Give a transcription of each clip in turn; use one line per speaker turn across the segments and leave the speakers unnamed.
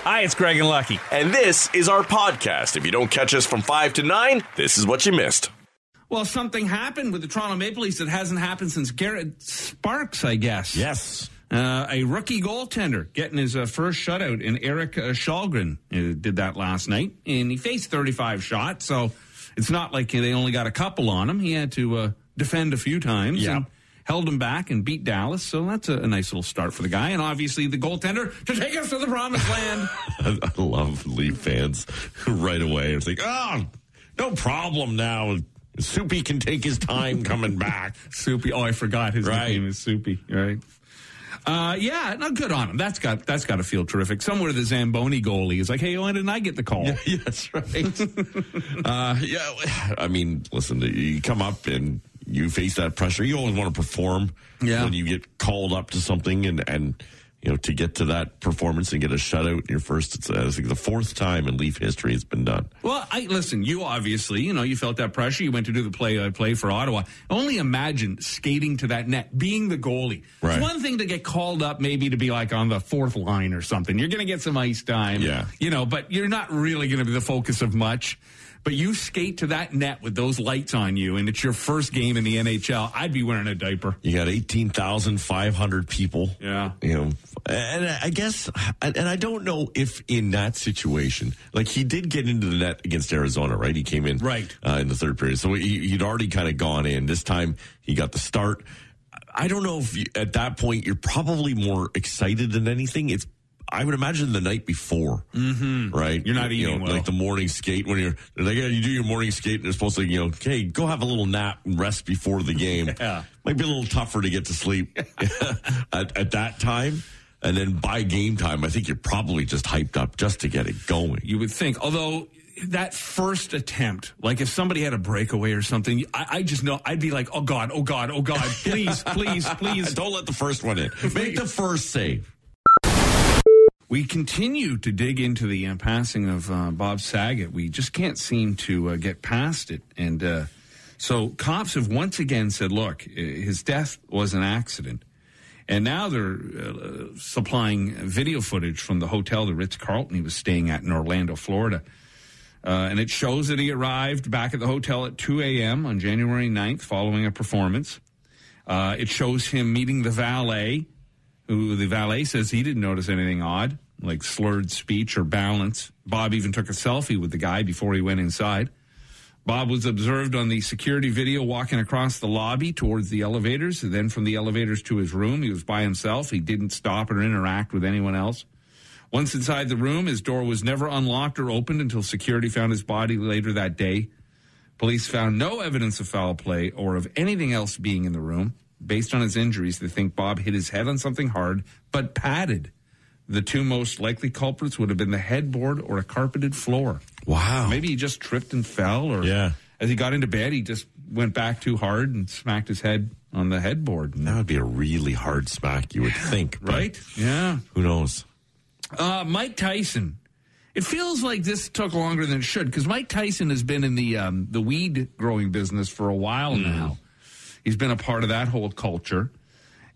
Hi, it's Greg and Lucky.
And this is our podcast. If you don't catch us from 5 to 9, this is what you missed.
Well, something happened with the Toronto Maple Leafs that hasn't happened since Garrett Sparks, I guess.
Yes.
Uh, a rookie goaltender getting his uh, first shutout, and Eric uh, Shalgren uh, did that last night, and he faced 35 shots, so it's not like they only got a couple on him. He had to uh, defend a few times.
Yeah.
And, Held him back and beat Dallas, so that's a, a nice little start for the guy, and obviously the goaltender to take us to the promised land.
I I love Leaf fans who right away. It's like, oh, no problem now. Soupy can take his time coming back.
Soupy. Oh, I forgot his
Right.
name is Soupy. Right. Uh, yeah, no, good on him. That's got that's got to feel terrific. Somewhere the Zamboni goalie is like, hey, why didn't I get the call?
yes, right. uh, yeah, I mean, listen, you come up and you face that pressure. You always want to perform
Yeah.
when you get called up to something, and and you know to get to that performance and get a shutout in your first. It's, uh, it's like the fourth time in Leaf history it's been done.
Well, I listen. You obviously, you know, you felt that pressure. You went to do the play-by-play for Ottawa. Only imagine skating to that net, being the goalie.
Right.
It's one thing to get called up, maybe to be like on the fourth line or something. You're going to get some ice time.
Yeah.
you know, but you're not really going to be the focus of much. But you skate to that net with those lights on you, and it's your first game in the NHL. I'd be wearing a diaper.
You got 18,500 people.
Yeah.
You know, and I guess, and I don't know if in that situation, like he did get into the net against Arizona, right? He came in
Right.
uh, in the third period. So he, he'd already kind of gone in. This time he got the start. I don't know if you, at that point you're probably more excited than anything. It's, I would imagine the night before, mm-hmm. right?
You're not
You
eating
know,
well.
Like the morning skate when you're like, yeah, you do your morning skate and they're supposed to, you know, hey, go have a little nap and rest before the game.
Yeah.
Might be a little tougher to get to sleep at, at that time. And then by game time, I think you're probably just hyped up just to get it going.
You would think. Although that first attempt, like if somebody had a breakaway or something, I, I just know I'd be like, oh God, oh God, oh God, please, please, please.
Don't let the first one in. Make the first save.
We continue to dig into the uh, passing of uh, Bob Saget. We just can't seem to uh, get past it. And uh, so cops have once again said, look, i- his death was an accident. And now they're uh, supplying video footage from the hotel, the Ritz Carlton, he was staying at in Orlando, Florida. Uh, and it shows that he arrived back at the hotel at 2 a.m. on January 9th following a performance. Uh, it shows him meeting the valet, who the valet says he didn't notice anything odd, like slurred speech or balance. Bob even took a selfie with the guy before he went inside. Bob was observed on the security video walking across the lobby towards the elevators, and then from the elevators to his room. He was by himself. He didn't stop or interact with anyone else. Once inside the room, his door was never unlocked or opened until security found his body later that day. Police found no evidence of foul play or of anything else being in the room. Based on his injuries, they think Bob hit his head on something hard but padded. The two most likely culprits would have been the headboard or a carpeted floor.
Wow.
Maybe he just tripped and fell, or
Yeah.
as he got into bed, he just went back too hard and smacked his head on the headboard.
That would be a really hard smack, you would think. but
Right? Yeah.
Who knows?
Uh, Mike Tyson. It feels like this took longer than it should because Mike Tyson has been in the um, the weed growing business for a while now. He's been a part of that whole culture,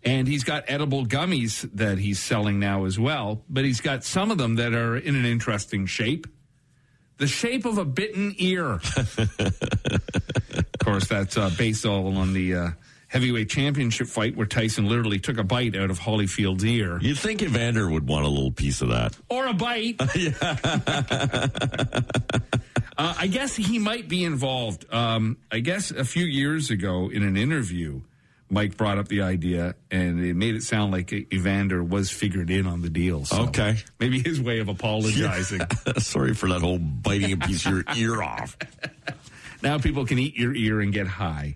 and he's got edible gummies that he's selling now as well. But he's got some of them that are in an interesting shape, the shape of a bitten ear. of course, that's uh, based all on the uh, heavyweight championship fight where Tyson literally took a bite out of Holyfield's ear,
You'd think Evander would want a little piece of that.
or a bite. Uh, I guess he might be involved. Um, I guess a few years ago in an interview, Mike brought up the idea, and it made it sound like Evander was figured in on the deal. So
Okay.
maybe his way of apologizing.
Sorry for that whole biting a piece of your ear off.
Now people can eat your ear and get high.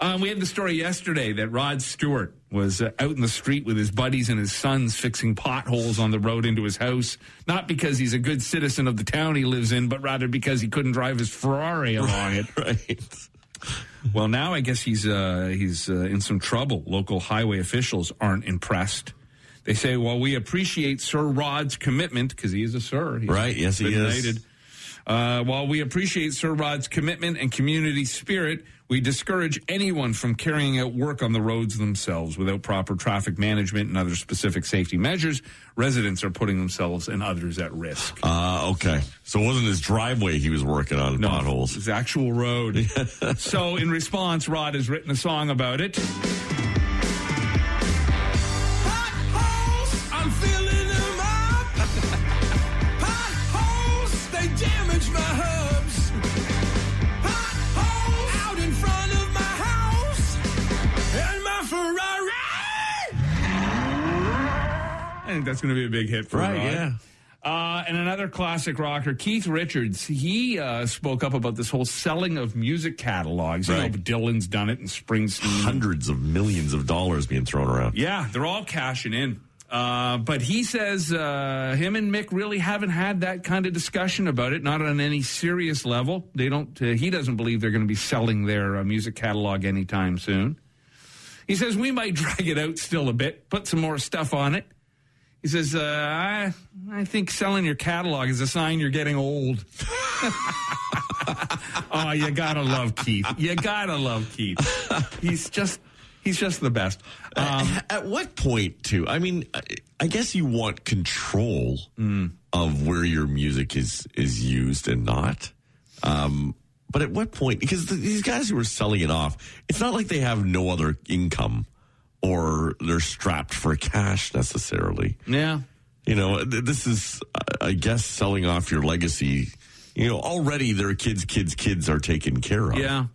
Um, we had the story yesterday that Rod Stewart was uh, out in the street with his buddies and his sons fixing potholes on the road into his house, not because he's a good citizen of the town he lives in, but rather because he couldn't drive his Ferrari along it.
Right.
Well, now I guess he's uh, he's uh, in some trouble. Local highway officials aren't impressed. They say, "Well, we appreciate Sir Rod's commitment because he is a sir, He's
Right, yes, he
been
is.
knighted. Uh, while we appreciate Sir Rod's commitment and community spirit, we discourage anyone from carrying out work on the roads themselves without proper traffic management and other specific safety measures. Residents are putting themselves and others at risk.
Uh, okay. So it wasn't his driveway he was working on potholes.
It's actual road. so, in response, Rod has written a song about it.
Potholes, I'm filling them up. Potholes, they damage my hubs. Potholes out in front of my house and my Ferrari.
I think that's going to be a big hit for
Right,
Rod.
yeah.
Uh, and another classic rocker, Keith Richards, he uh, spoke up about this whole selling of music catalogs. You
Right.
know, Dylan's done it and Springsteen.
Hundreds of millions of dollars being thrown around.
Yeah, they're all cashing in. Uh, but he says uh, him and Mick really haven't had that kind of discussion about it, not on any serious level. They don't. Uh, he doesn't believe they're going to be selling their uh, music catalog anytime soon. He says we might drag it out still a bit, put some more stuff on it. He says uh, I I think selling your catalog is a sign you're getting old. oh, you gotta love Keith. You gotta love Keith. He's just he's just the best. Um,
At what point, too? I mean, I- I guess you want control of where your music is is used and not. Um, but at what point? Because th- these guys who are selling it off, it's not like they have no other income or they're strapped for cash necessarily.
yeah.
You know, th- this is, I- I guess, selling off your legacy. You know, already their kids, kids, kids are taken care of.
Yeah.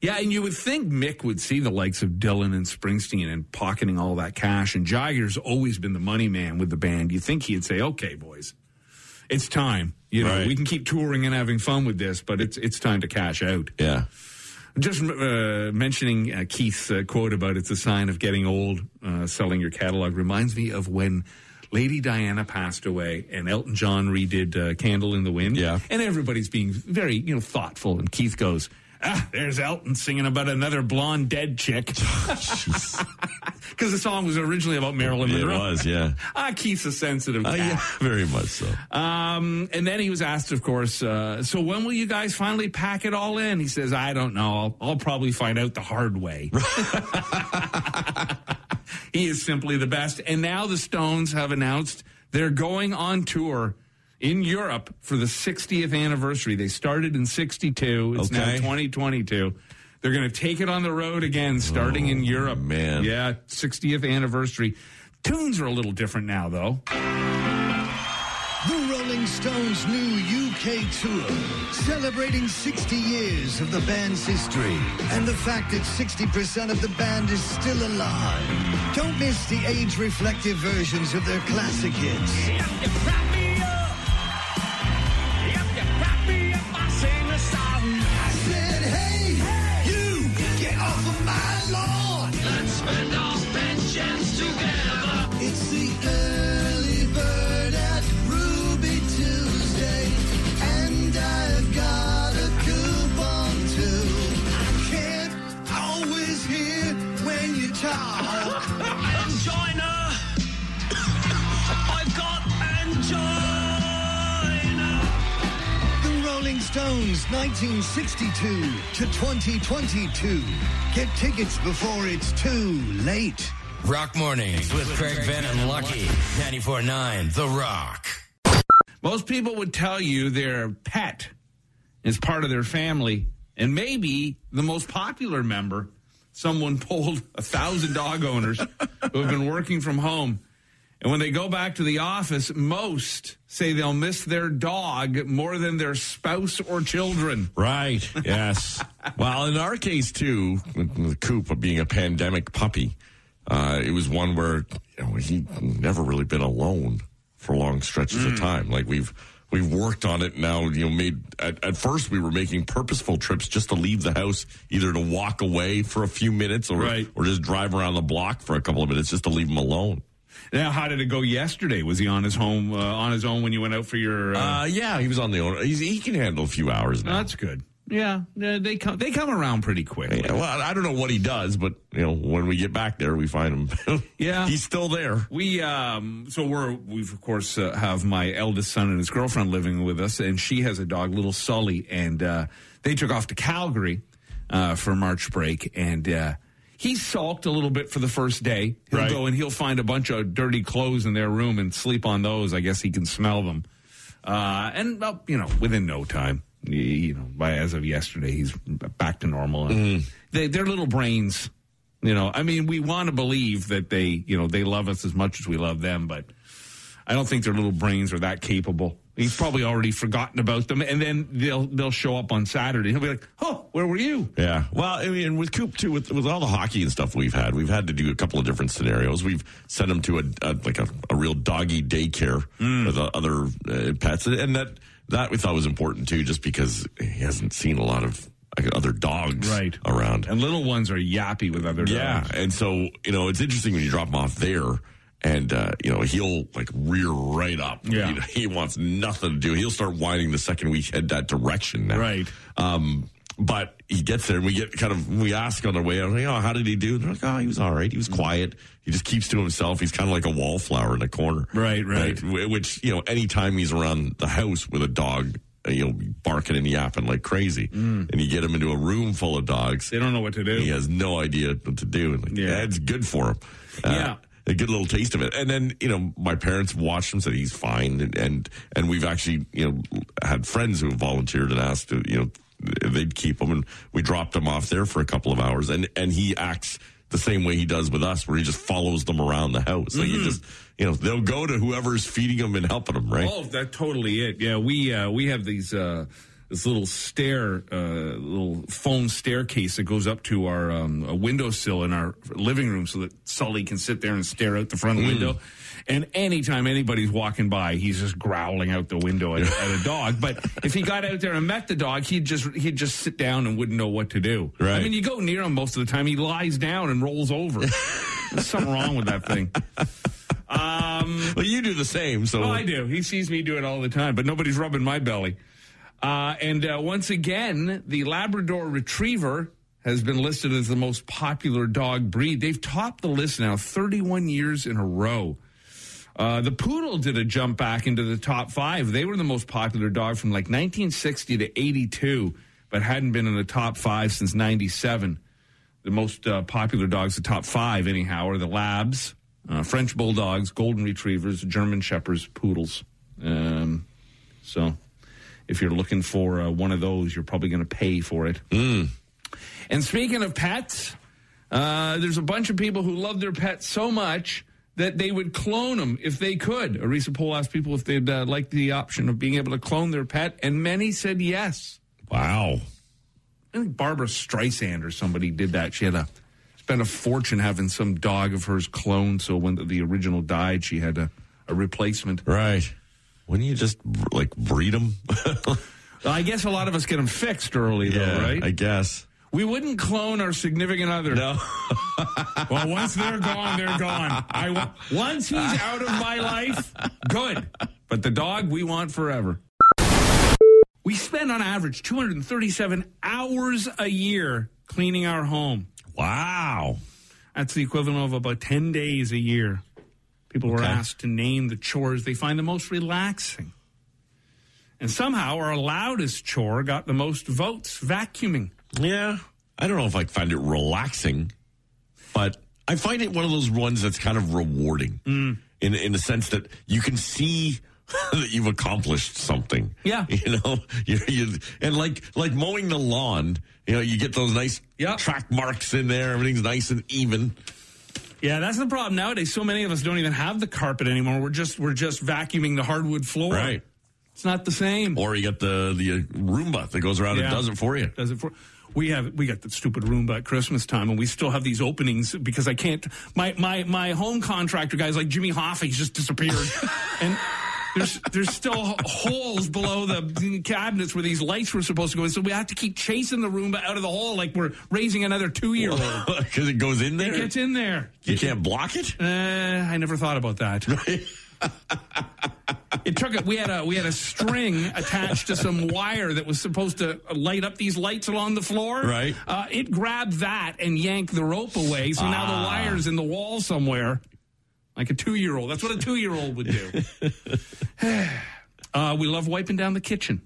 Yeah, and you would think Mick would see the likes of Dylan and Springsteen and pocketing all that cash. And Jager's always been the money man with the band. You think he'd say, "Okay, boys, it's time. You know,
Right.
we can keep touring and having fun with this, but it's it's time to cash out."
Yeah.
Just uh, mentioning uh, Keith's uh, quote about it's a sign of getting old, uh, selling your catalog, reminds me of when Lady Diana passed away and Elton John redid uh, Candle in the Wind.
Yeah.
And everybody's being very, you know, thoughtful. And Keith goes, ah, there's Elton singing about another blonde dead chick. Because the song was originally about Marilyn
It
Monroe.
was, yeah.
Ah, Keith's a sensitive
Uh,
guy.
yeah, very much so.
Um, and then he was asked, of course, uh, so when will you guys finally pack it all in? He says, I don't know. I'll, I'll probably find out the hard way. he is simply the best. And now the Stones have announced they're going on tour in Europe for the 60th anniversary. They started in 62. It's now
Okay.
2022. They're going to take it on the road again, starting in Europe.
Oh, man.
Yeah, 60th anniversary. Tunes are a little different now, though.
The Rolling Stones' new UK tour, celebrating 60 years of the band's history and the fact that 60% of the band is still alive. Don't miss the age reflective versions of their classic hits.
Yep, you prop me up. Yep, you prop me up. I sing a song.
I said, hey, you, get off of my lawn.
Let's spend our pensions together.
It's the early bird at Ruby Tuesday, and I've got a coupon too. I can't always hear when you talk.
Angina. I've got angina.
the Rolling Stones 1962 to 2022. Get tickets before it's too late.
Rock Mornings with Craig Venn and Lucky. 94.9 The Rock.
Most people would tell you their pet is part of their family, and maybe the most popular member. Someone polled a thousand dog owners who have been working from home, and when they go back to the office, most say they'll miss their dog more than their spouse or children.
Right. Yes. well, in our case too, with the Coop being a pandemic puppy, uh, it was one where you know, he never really been alone for long stretches
Mm.
of time. Like we've we've worked on it now. You know, made at, at first we were making purposeful trips just to leave the house, either to walk away for a few minutes or
Right.
or just drive around the block for a couple of minutes just to leave him alone.
Now, how did it go yesterday? Was he on his home uh, on his own when you went out for your? Uh,
Uh, yeah, he was on the owner. He's, he can handle a few hours now.
that's good. Yeah, they they come they come around pretty quick.
Yeah, well, I I don't know what he does, but you know, when we get back there, we find him.
Yeah.
he's still there.
We um so we're we've of course uh, have my eldest son and his girlfriend living with us, and she has a dog, little Sully, and uh, they took off to Calgary uh, for March break, and uh, he sulked a little bit for the first day. He'll
Right.
go and he'll find a bunch of dirty clothes in their room and sleep on those. I guess he can smell them, uh, and well, you know, within no time. y- You know, by as of yesterday, he's back to normal. And they, their little brains you know, I mean, we want to believe that they, you know, they love us as much as we love them, but I don't think their little brains are that capable. He's probably already forgotten about them, and then they'll they'll show up on Saturday. He'll be like, "Oh, where were you?"
Yeah. Well, I mean, with Coop too, with with all the hockey and stuff we've had, we've had to do a couple of different scenarios. We've sent him to a, a like a, a real doggy daycare
Mm.
with uh, other uh, pets, and that that we thought was important too, just because he hasn't seen a lot of like, other dogs
Right.
around.
And little ones are yappy with other
Yeah,
dogs.
and so you know it's interesting when you drop him off there, and uh, you know he'll like rear right up.
Yeah.
You know, he wants nothing to do. He'll start whining the second we head that direction. Now.
Right.
Um, but he gets there, and we get kind of we ask on the way. I'm like, oh, how did he do? They're like, oh, he was all right. He
Mm.
was quiet. He just keeps to himself. He's kind of like a wallflower in a corner.
Right, right.
Wh- Which you know, anytime he's around the house with a dog. uh, He'll be barking and yapping like crazy,
Mm.
and you get him into a room full of dogs.
They don't know what to do.
He has no idea what to do. And like,
Yeah.
yeah, it's good for him. Uh,
Yeah.
A good little taste of it, and then you know my parents watched him, said he's fine, and and, and we've actually you know had friends who have volunteered and asked to, you know if they'd keep him, and we dropped him off there for a couple of hours, and and he acts the same way he does with us, where he just follows them around the house, like
Mm-hmm.
he just you know they'll go to whoever's feeding them and helping them, right?
Oh, that totally it. Yeah, we uh, we have these uh, this little stair, uh, little foam staircase that goes up to our um, a windowsill in our living room, so that Sully can sit there and stare out the front
Mm.
window. And anytime anybody's walking by, he's just growling out the window at, at a dog. But if he got out there and met the dog, he'd just he'd just sit down and wouldn't know what to do. I
Right.
mean, you go near him most of the time, he lies down and rolls over. There's something wrong with that thing. Um,
Well, you do the same, so
Oh, I do. He sees me do it all the time, but nobody's rubbing my belly. Uh, and uh, once again, the Labrador Retriever has been listed as the most popular dog breed. They've topped the list now 31 years in a row. Uh, the poodle did a jump back into the top five. They were the most popular dog from like 1960 to 82, but hadn't been in the top five since 97. The most uh, popular dogs, the top five anyhow, are the Labs, uh, French Bulldogs, Golden Retrievers, German Shepherds, Poodles. Um, so if you're looking for uh, one of those, you're probably going to pay for it. And speaking of pets, uh, there's a bunch of people who love their pets so much that they would clone them if they could. A recent poll asked people if they'd uh, like the option of being able to clone their pet, and many said yes.
wow.
I think Barbara Streisand or somebody did that. She had a spent a fortune having some dog of hers cloned, so when the original died, she had a, a replacement.
Right. Wouldn't you just like breed them?
I guess a lot of us get them fixed early, though, right?
I guess.
we wouldn't clone our significant other.
No.
Well, once they're gone, they're gone. I wa- once he's out of my life, good. But the dog we want forever. We spend on average 237 hours a year cleaning our home.
Wow.
That's the equivalent of about 10 days a year. People were
Okay.
asked to name the chores they find the most relaxing. And somehow our loudest chore got the most votes vacuuming.
Yeah. I don't know if I find it relaxing, but I find it one of those ones that's kind of rewarding
Mm.
in in the sense that you can see that you've accomplished something.
Yeah.
You know, you, you, and like like mowing the lawn, you know, you get those nice
Yep.
track marks in there. Everything's nice and even.
Yeah, that's the problem nowadays. So many of us don't even have the carpet anymore. We're just we're just vacuuming the hardwood floor. It's not the same.
Or you got the the uh, Roomba that goes around
Yeah.
and does it for you.
Does it for we have we got the stupid Roomba at Christmas time, and we still have these openings because I can't. My my my home contractor guy's like Jimmy Hoffa. He's just disappeared, and there's there's still holes below the cabinets where these lights were supposed to go in. So we have to keep chasing the Roomba out of the hole like we're raising another two year old.
Because it goes in there.
It gets in there.
You can't block it?
Eh, Uh, I never thought about that. It took a, we had a we had a string attached to some wire that was supposed to light up these lights along the floor.
Right.
Uh, it grabbed that and yanked the rope away. So now
Ah.
the wire's in the wall somewhere, like a two year old. That's what a two year old would do. uh, we love wiping down the kitchen.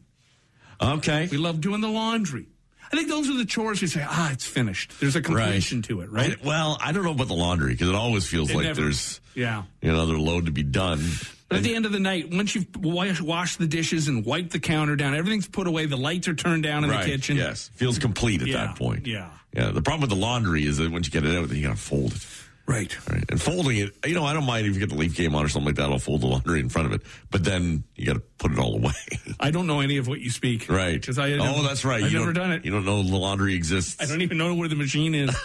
Okay.
We love doing the laundry. I think those are the chores we say, ah, it's finished. There's a completion to it, right?
I- well, I don't know about the laundry because it always feels
It
like
never-
there's
yeah.
another load to be done.
But at the end of the night, once you've wa- washed the dishes and wiped the counter down, everything's put away, the lights are turned down in
Right,
the kitchen.
Yes. Feels complete at
Yeah,
that point.
yeah.
Yeah. The problem with the laundry is that once you get it out, then you got to fold it.
Right.
Right. And folding it, you know, I don't mind if you get the leaf game on or something like that. I'll fold the laundry in front of it, but then you got to put it all away.
I don't know any of what you speak.
right.
Because I
oh, that's right.
I've
You
never
don't-
done it.
You don't know the laundry exists.
I don't even know where the machine is.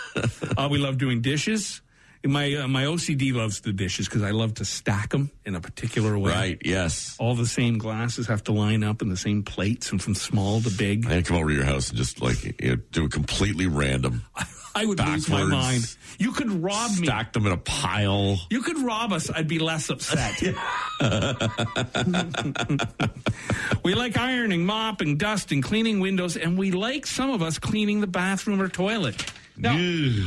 uh, we love doing dishes. And My uh, my OCD loves the dishes because I love to stack them in a particular way.
Right. Yes.
All the same glasses have to line up in the same plates and from small to big.
I had to come over to your house and just like you know, do it completely random.
I would lose my
Backwards.
mind. You could rob me.
Stack them in a pile.
You could rob us, I'd be less upset. we like ironing, mopping, dusting, cleaning windows, and we like some of us cleaning the bathroom or toilet. Now,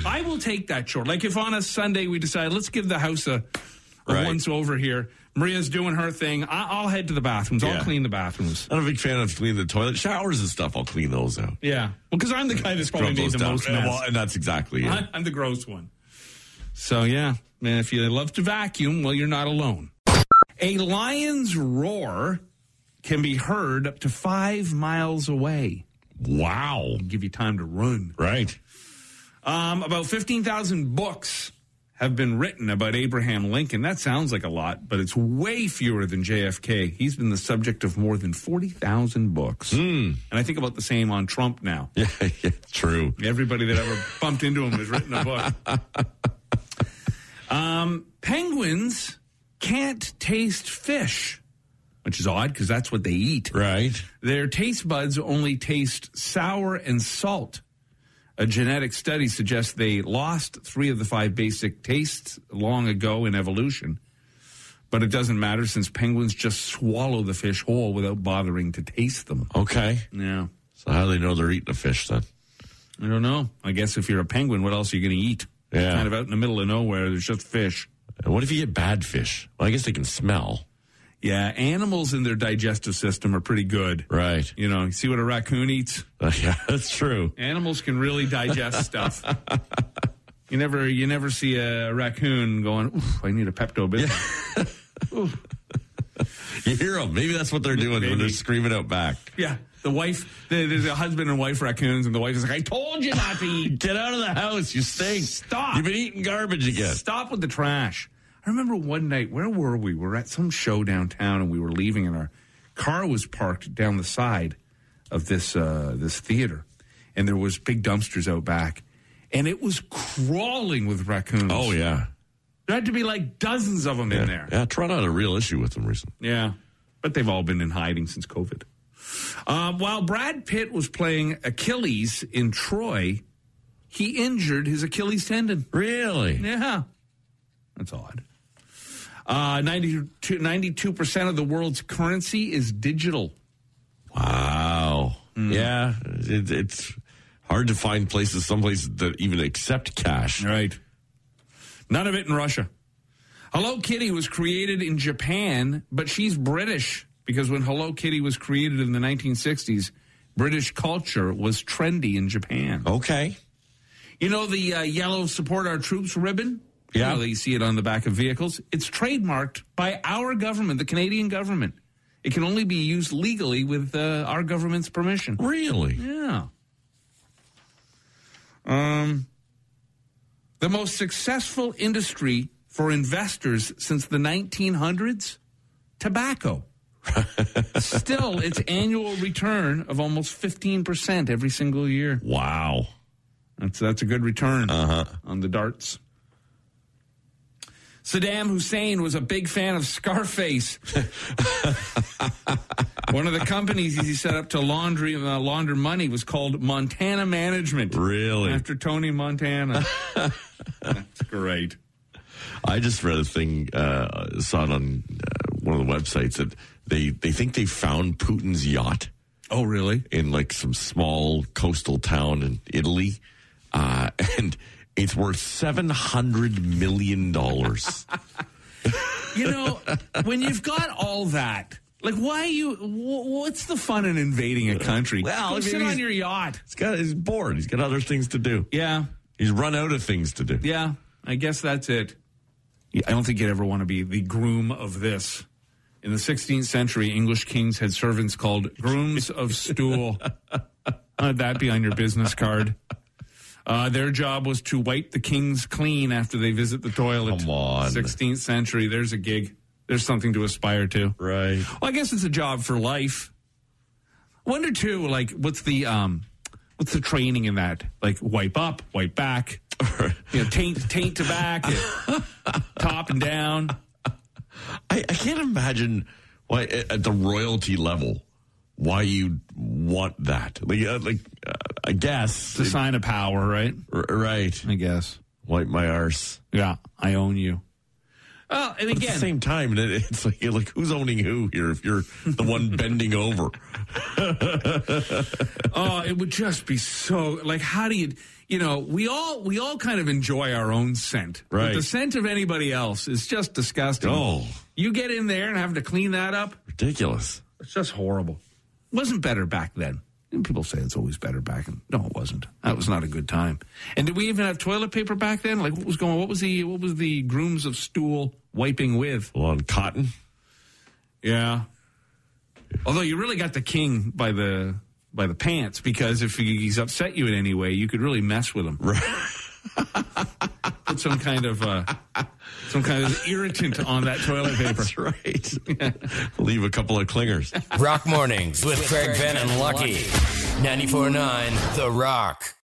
I will take that chore. Like if on a Sunday we decide, let's give the house a, a
Right.
once over here. Maria's doing her thing. I- I'll head to the bathrooms.
Yeah.
I'll clean the bathrooms.
Not a big fan of cleaning the toilet, showers and stuff. I'll clean those out.
Yeah. Well, because I'm the guy that's probably
Scrub
made
those
the
down.
most
Yeah,
mess.
well, and that's exactly it.
I- I'm the gross one. So yeah, man, if you love to vacuum, well, you're not alone. A lion's roar can be heard up to five miles away.
Wow.
Give you time to run.
Right.
Um, about fifteen thousand books have been written about Abraham Lincoln. That sounds like a lot, but it's way fewer than JFK. He's been the subject of more than forty thousand books, and I think about the same on Trump now.
Yeah, yeah, true.
Everybody that ever bumped into him has written a book. Um, penguins can't taste fish, which is odd because that's what they eat.
Right.
Their taste buds only taste sour and salt. A genetic study suggests they lost three of the five basic tastes long ago in evolution. But it doesn't matter since penguins just swallow the fish whole without bothering to taste them.
Okay.
Yeah.
So how do they know they're eating a fish then?
I don't know. I guess if you're a penguin, what else are you going to eat?
Yeah.
Kind of out in the middle of nowhere, there's just fish.
And what if you get bad fish? Well, I guess they can smell.
Yeah, animals in their digestive system are pretty good.
Right.
You know, you see what a raccoon eats?
yeah, that's true.
Animals can really digest stuff. You never you never see a raccoon going, Oof, I need a Pepto Bismol.
You hear them. Maybe that's what they're doing when they're
Maybe.
screaming out back.
Yeah. The wife, the, the, the husband and wife raccoons, and the wife is like, I told you not to eat.
Get out of the house. You stink.
Stop.
You've been eating garbage again.
Stop with the trash. I remember one night, where were we? We were at some show downtown and we were leaving and our car was parked down the side of this uh, this theater and there was big dumpsters out back and it was crawling with raccoons.
Oh, yeah.
There had to be like dozens of them in there.
Yeah, Toronto had a real issue with them recently.
Yeah. But they've all been in hiding since COVID. Um, while Brad Pitt was playing Achilles in Troy, he injured his Achilles tendon.
Really?
Yeah. That's odd. Uh, 92, 92% of the world's currency is digital.
Wow. Yeah. It, it's hard to find places, some places that even accept cash.
Right. None of it in Russia. Hello Kitty was created in Japan, but she's British because when Hello Kitty was created in the 1960s, British culture was trendy in Japan.
Okay.
You know the uh, yellow support our troops ribbon?
Yeah.
You know, that you see it on the back of vehicles. It's trademarked by our government, the Canadian government. It can only be used legally with uh, our government's permission.
Really?
Yeah. Um, the most successful industry for investors since the 1900s tobacco. Still, its annual return of almost 15% every single year.
Wow.
That's that's a good return on the darts. Saddam Hussein was a big fan of Scarface. One of the companies he set up to laundry uh, launder money was called Montana Management,
Really?
after Tony Montana. that's great.
I just read a thing, uh, saw it on uh, one of the websites that they, they think they found Putin's yacht
Oh, really?
in like some small coastal town in Italy, uh, and it's worth seven hundred million dollars.
You know, when you've got all that, like, why you? Wh- what's the fun in invading a country?
Well,
Go
I mean,
sit
he's-
on your yacht.
he's got he's bored. He's got other things to do.
Yeah,
He's run out of things to do.
yeah. I guess that's it. I don't think you'd ever want to be the groom of this. In the 16th century, English kings had servants called grooms of stool. How'd that be on your business card? Uh, their job was to wipe the kings clean after they visit the toilet.
Come on.
16th century. There's a gig. There's something to aspire to.
Right.
Well, I guess it's a job for life. Wonder too, like what's the um, what's the training in that? Like wipe up, wipe back, you know, taint taint to back, and top and down.
I, I can't imagine why at at the royalty level why you want that. Like, uh, like uh, I guess
It's a sign of power, right?
R- right.
I guess.
Wipe my arse.
Yeah, I own you. Well, and
At the
again,
same time, it- it's like you're like who's owning who here? If you're the one bending over,
oh, it would just be so like how do you you know, we all we all kind of enjoy our own scent. But
Right.
the scent of anybody else is just disgusting.
Oh.
You get in there and having to clean that up.
ridiculous.
It's just horrible. wasn't better back then. And people say it's always better back then. No, it wasn't. That was not a good time. And did we even have toilet paper back then? Like what was going? What was the what was the grooms of stool wiping with?
On cotton.
Yeah. Although you really got the king by the by the pants because if he's upset you in any way, you could really mess with him. Right. Put some kind of uh, some kind of irritant on that toilet paper.
That's right. Leave a couple of clingers.
Rock Mornings with Craig Ben and Lucky. 94.9 The Rock.